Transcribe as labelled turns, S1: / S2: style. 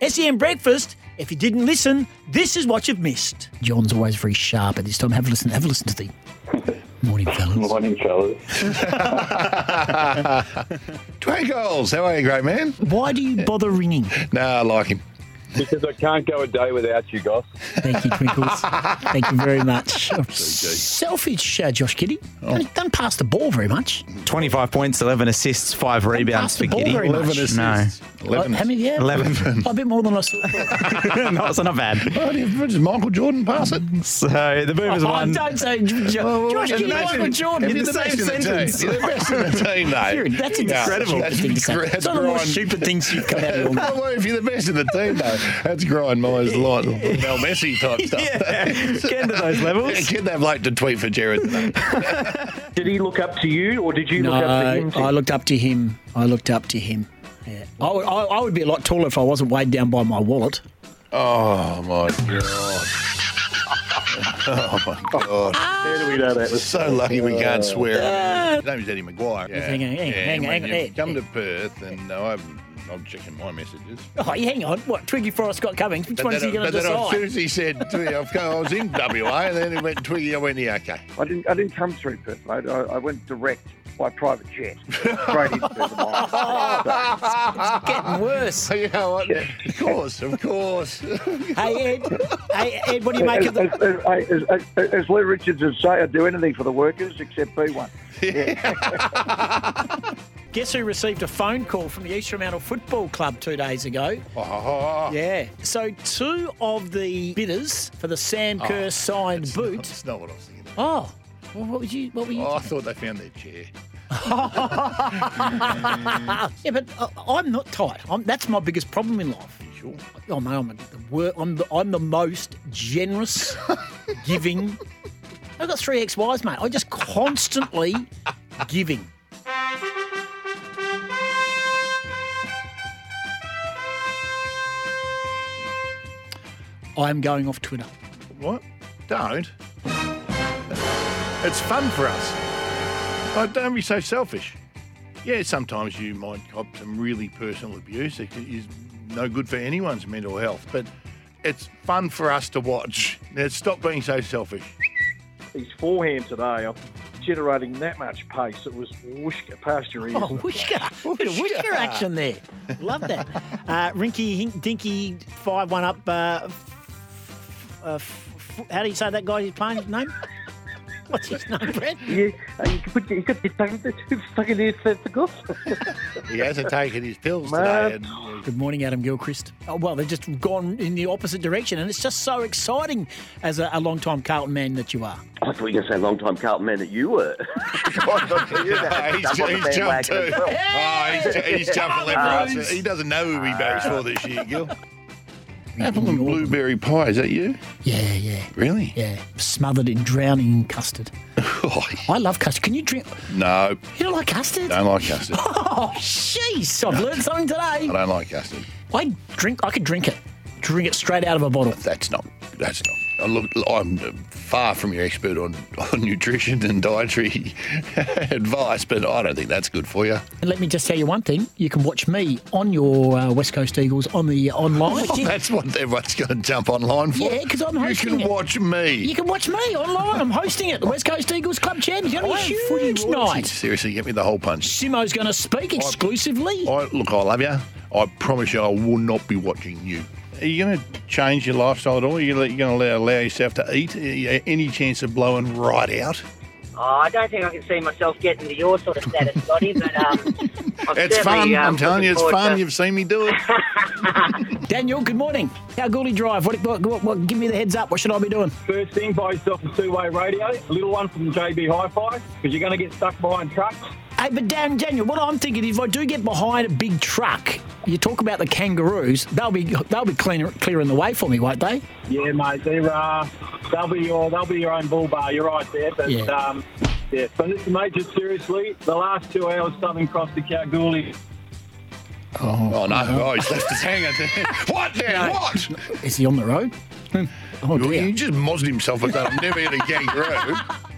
S1: SEM Breakfast. If you didn't listen, this is what you've missed.
S2: John's always very sharp at this time. Have a listen. Have a listen to the morning fellas.
S3: Morning, fellas.
S4: Dwayne Goals, how are you, great man?
S2: Why do you bother ringing?
S4: Nah, I like him.
S3: because I can't go a day without you, Goss.
S2: Thank you, Twinkles. Thank you very much. Selfish, uh, Josh Kitty. Don't, don't pass the ball very much.
S5: 25 points, 11 assists, 5 rebounds
S2: pass the
S5: for
S2: ball
S5: Giddy.
S2: very much.
S4: 11 assists.
S2: Like, how
S4: 11.
S2: many? Yeah,
S5: 11.
S2: a bit more than I saw.
S5: no, so not bad.
S4: Oh, did Michael Jordan pass it?
S5: So the Boomers
S2: Oh,
S5: won.
S2: don't say Jo- Jo- Josh Kitty, Michael Jordan.
S4: In the same sentence. You're the best in the team, though.
S2: Dude, that's
S4: Yeah,
S2: incredible.
S4: That's,
S2: thing to say.
S4: gr-
S2: It's
S4: that's
S2: one of the most
S4: grind.
S2: stupid things you've come out of your mouth.
S4: Don't worry if you're the best in the team, though. That's grind Myers lot. Val Messi type stuff.
S5: Yeah, get into those
S4: Yeah,
S5: levels.
S4: Get that bloke to tweet for Jared today.
S6: Did he look up to you, or did you
S2: No,
S6: look up to him?
S2: I looked up to him. I looked up to him. Yeah. I, would, I, I would be a lot taller if I wasn't weighed down by my wallet.
S4: Oh, my God. Oh, my God.
S6: How do we know that?
S4: We're
S6: Was
S4: so lucky we can't swear. His name's Eddie McGuire. Yeah.
S2: Hang on, hang on,
S4: Yeah,
S2: hang on, hang
S4: when
S2: on,
S4: you
S2: hey,
S4: come
S2: hey.
S4: to Perth, and no, I'm, I'm checking my messages.
S2: Oh, yeah, hang on. What, Twiggy Forrest Scott Cummings? Which
S4: But
S2: one's he
S4: then,
S2: going to
S4: but then on
S2: decide?
S4: Tuesday he said, to me, I've go- I was in WA, and then it went Twiggy, I went, yeah, okay.
S6: I didn't. I didn't come through Perth, mate. I, I went direct by private jet straight into the mine. So,
S2: Getting worse.
S4: So you know what? Of course, of course.
S2: hey, Ed. Hey, Ed, what do you make of
S6: as,
S2: the...
S6: as, as, as, as, as Lou Richards would say, I'd do anything for the workers except be one.
S2: Guess who received a phone call from the East Fremantle Football Club two days ago?
S4: Oh,
S2: Yeah. So two of the bidders for the Sam Kerr signed boot.
S4: Oh, That's not what I was thinking.
S2: Oh, well, what would you? What were you?
S4: Oh, I thought they found their chair.
S2: Yeah, but uh, I'm not tight. I'm, that's my biggest problem in life. Sure. Oh, mate, I'm, the wor- I'm, the, I'm the most generous, giving. I've got three ex-wives, mate. I just constantly giving. I'm going off Twitter.
S4: What? Don't. It's fun for us. Oh, don't be so selfish. Yeah, sometimes you might cop some really personal abuse. It is no good for anyone's mental health, but it's fun for us to watch. Now, stop being so selfish.
S6: His forehand today, I'm generating that much pace. It was whoosh past your ears.
S2: Oh, Wishka. Bit of Wishka action there. Love that. Uh, Rinky Hink, Dinky 5 1 up. Uh, f- uh, f- f- how do you say that guy's playing his name? What's his name, Brett?
S7: Yeah, uh, you could put you could get stuck in the stuck in the the golf.
S4: He hasn't taken his pills today.
S6: Man.
S4: And, uh,
S2: Good morning, Adam Gilchrist. Oh, well, they've just gone in the opposite direction, and it's just so exciting as a, a long time Carlton man that you are.
S7: I thought you were going to say long time Carlton man that you were.
S4: oh, he's, he's jumped too. Oh, he's, ju- he's jumped left, right.
S2: Those.
S4: He doesn't know who he votes for this year, Gil. Apple and blueberry pie, is that you?
S2: Yeah, yeah,
S4: Really?
S2: yeah. Smothered in drowning in custard. I love custard. Can you drink?
S4: no,
S2: You don't like custard?
S4: don't like custard.
S2: Oh, jeez. I've learned something today.
S4: I don't like custard.
S2: I drink. I could drink it. Drink it straight out of a bottle.
S4: That's not. That's not. I look, I'm far from your expert on, on nutrition and dietary advice, but I don't think that's good for you.
S2: And let me just tell you one thing: you can watch me on your uh, West Coast Eagles on the uh, online.
S4: That's what everyone's going to jump online for.
S2: Yeah, 'cause I'm
S4: You
S2: hosting
S4: can
S2: it.
S4: watch me.
S2: you can watch me online. I'm hosting it. The West Coast Eagles Club Champions. It's going
S4: I
S2: to
S4: am
S2: be a
S4: Oh, footy
S2: huge
S4: royalty.
S2: night.
S4: Seriously, get me the whole punch.
S2: Simo's going to speak exclusively.
S4: I, look, I love you. I promise you, I will not be watching you. Are you going to change your lifestyle at all? Are you going to allow, allow yourself to eat? Are you- Any chance of blowing right out?
S8: Oh, I don't think I can see myself getting to your sort of status, Scotty, but um, I'm
S4: It's fun.
S8: certainly, um,
S4: I'm telling you, it's
S8: looking forward
S4: fun.
S8: to-
S4: You've seen me do it.
S2: Daniel, good morning. How Gouldy Drive? What, what, what, what- Give me the heads up. What should I be doing?
S9: First thing, buy yourself a two-way radio, a little one from JB Hi-Fi, because you're going to get stuck behind trucks.
S2: Hey, but Dan, Daniel, what I'm thinking is if I do get behind a big truck, you talk about the kangaroos, they'll be they'll be cleaner, clearing the way for me, won't they?
S9: Yeah, mate, they're, uh, they'll be your they'll be your own bull bar. You're right there, but
S2: Yeah.
S9: um, yeah. But listen, mate, just seriously, the last two hours, Southern Cross to Kalgoorlie.
S4: Oh, no. Oh, he's left his hanger there. What now? What?
S2: Is he on the road? Oh,
S4: You
S2: dear.
S4: He just mozzed himself with that. I'm never eating a kangaroo.